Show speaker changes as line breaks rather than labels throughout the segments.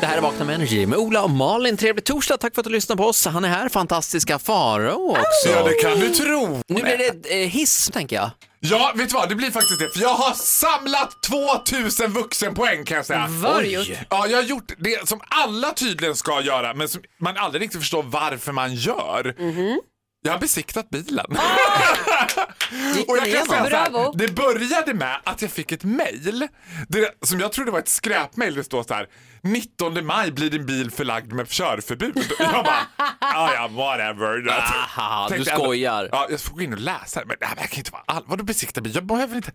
Det här är Vakna med Energy med Ola och Malin. Trevlig torsdag, tack för att du lyssnade på oss. Han är här, fantastiska Farao också.
Ja, det kan du tro.
Nu blir det eh, hiss, tänker jag.
Ja, vet du vad? Det blir faktiskt det. För jag har samlat 2000 vuxenpoäng kan jag säga.
Vad har du gjort?
Ja, jag har gjort det som alla tydligen ska göra, men som man aldrig riktigt förstår varför man gör.
Mhm.
Jag har besiktat bilen.
Ah!
Och jag kan
igenom?
säga så här,
Bravo.
det började med att jag fick ett mejl det- som jag trodde var ett skräpmejl. Det står så här 19 maj blir din bil förlagd med körförbud. Och Jag bara, ah, ja whatever.
Aha, du
Tänkte jag,
skojar.
Ja, jag får gå in och läsa här, men det här verkar inte vara allvar. Vadå besikta bil? Jag behöver inte...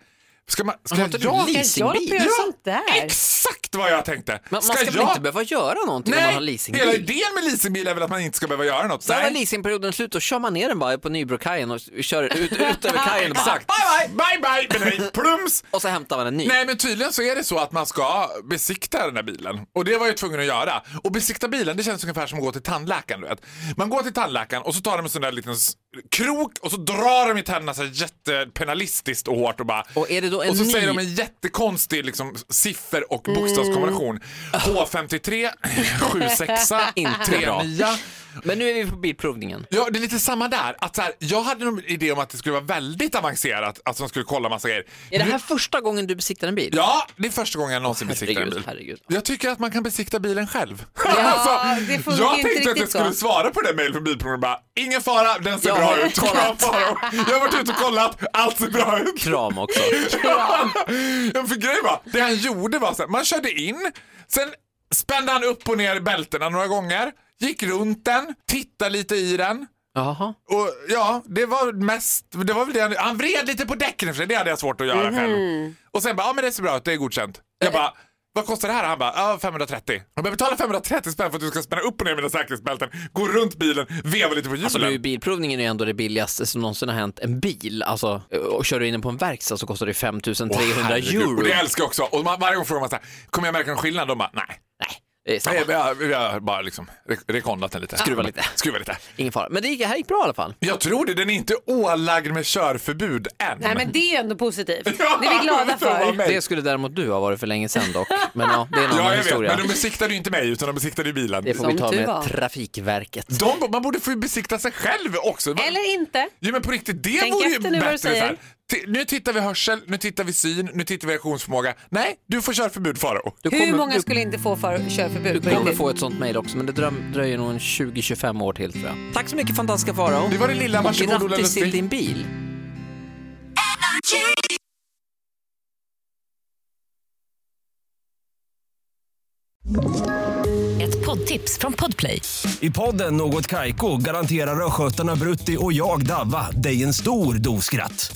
Ska man... Ska
Har inte du
jag...
leasing?
Ska jag hålla på och göra
Ja,
sånt där?
Exakt vad jag tänkte!
Man, man ska väl inte behöva göra någonting om man har
Nej, hela
leasingbil?
idén med leasingbil är väl att man inte ska behöva göra något.
Sen när
Nej.
leasingperioden är slut, då kör man ner den bara på Nybrokajen och kör ut, ut över kajen och bara,
Exakt. Bye, bye! Bye, bye! Men hej, plums!
Och så hämtar man en ny.
Nej men tydligen så är det så att man ska besikta den här bilen. Och det var jag ju tvungen att göra. Och besikta bilen det känns ungefär som att gå till tandläkaren. Du vet. Man går till tandläkaren och så tar de en sån där liten s- krok och så drar de i tänderna så här jättepenalistiskt och hårt och bara...
Och är det då en
och så
ny- Mm.
säger de en jättekonstig liksom, siffer och bokstavskombination. H53, 76,
Inte bra.
39.
Men nu är vi på bilprovningen.
Ja, det är lite samma där. Att så här, jag hade en idé om att det skulle vara väldigt avancerat, att de skulle kolla massa grejer.
Är det
Nu-
här första gången du besiktar en bil?
Ja, det är första gången jag någonsin besiktar en
herregud,
bil.
herregud.
Jag tycker att man kan besikta bilen själv. Alltså,
Ja, det funkar
jag
inte
tänkte att jag
riktigt
skulle
så.
svara på det mejlet från bilprovningen bara, ingen fara, den ser
Jag
bra
har
ut.
kollat.
Kram, Faro. Jag har varit ute och kollat, allt ser bra ut.
Kram också.
Ja, för grejen var, det han gjorde var så här, man körde in, sen spände han upp och ner bältena några gånger, gick runt den, tittade lite i den.
Jaha.
Och ja, det var mest, det var väl det han, han vred lite på däcken för det hade jag svårt att göra
Mhm.
själv. Och sen bara, ja men det ser bra ut, det är godkänt. Jag bara, vad kostar det här? Han bara, ja 530. Jag bara, betala 530 spänn för att du ska spänna upp och ner mina säkerhetsbälten, gå runt bilen, veva lite på hjulen.
Alltså nu är ju bilprovningen är ju ändå det billigaste som någonsin har hänt en bil. Alltså, och kör du in den på en verkstad så kostar det 5300
Herregud.
euro.
Och det älskar jag också. Och man, varje gång frågar man så här, kommer jag märka någon skillnad? De bara, nej.
Nej, det är
Nej,
samma.
vi har, vi har bara liksom re- rekondat den lite.
Skruva lite.
Skruva lite.
Ingen fara. Men det gick, här gick bra i alla fall.
Jag tror det, den är inte ålagd med körförbud än.
Nej men det är ändå positivt. Det
Ja,
är vi glada
det var
för.
mig.
Det skulle däremot du ha varit för länge sedan dock. Men ja, det är en annan
Ja, jag vet,
historia.
men de besiktade ju inte mig utan de besiktade ju bilen.
Det får
Som
vi ta
tur
med
var.
Trafikverket.
De, man borde få besikta sig själv också. Va-
Eller inte.
Ja, men på riktigt, det
Tänk
vore ju
efter nu vad
bättre.
du säger.
så här. Ti- Nu tittar vi hörsel, nu tittar vi syn, nu tittar vi reaktionsförmåga. Nej, du får körförbud Faro.
Du
Hur
kommer-
många
du-
skulle inte få för körförbud? på
Du kommer
riktigt?
få ett sånt mejl också, men det dröm, dröjer nog en 20-25 år till tror jag. Tack så mycket fantastiska Farao.
Det var det lilla, varsågod Ola
Grattis till
Lustig.
din bil.
Ett poddtips från Podplay.
I podden Något Kaiko garanterar östgötarna Brutti och jag, Davva, dig en stor dos skratt.